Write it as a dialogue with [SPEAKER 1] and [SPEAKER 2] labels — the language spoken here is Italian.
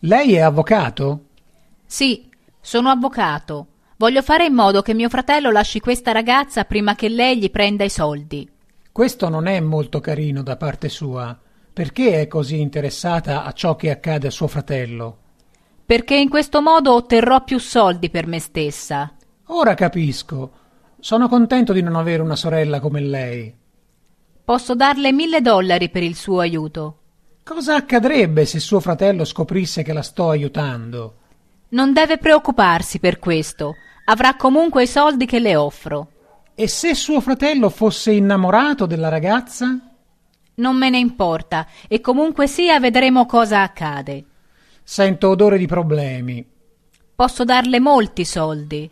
[SPEAKER 1] Lei è avvocato?
[SPEAKER 2] Sì, sono avvocato. Voglio fare in modo che mio fratello lasci questa ragazza prima che lei gli prenda i soldi.
[SPEAKER 1] Questo non è molto carino da parte sua. Perché è così interessata a ciò che accade a suo fratello?
[SPEAKER 2] Perché in questo modo otterrò più soldi per me stessa.
[SPEAKER 1] Ora capisco. Sono contento di non avere una sorella come lei.
[SPEAKER 2] Posso darle mille dollari per il suo aiuto.
[SPEAKER 1] Cosa accadrebbe se suo fratello scoprisse che la sto aiutando?
[SPEAKER 2] Non deve preoccuparsi per questo. Avrà comunque i soldi che le offro.
[SPEAKER 1] E se suo fratello fosse innamorato della ragazza?
[SPEAKER 2] Non me ne importa, e comunque sia vedremo cosa accade.
[SPEAKER 1] Sento odore di problemi.
[SPEAKER 2] Posso darle molti soldi.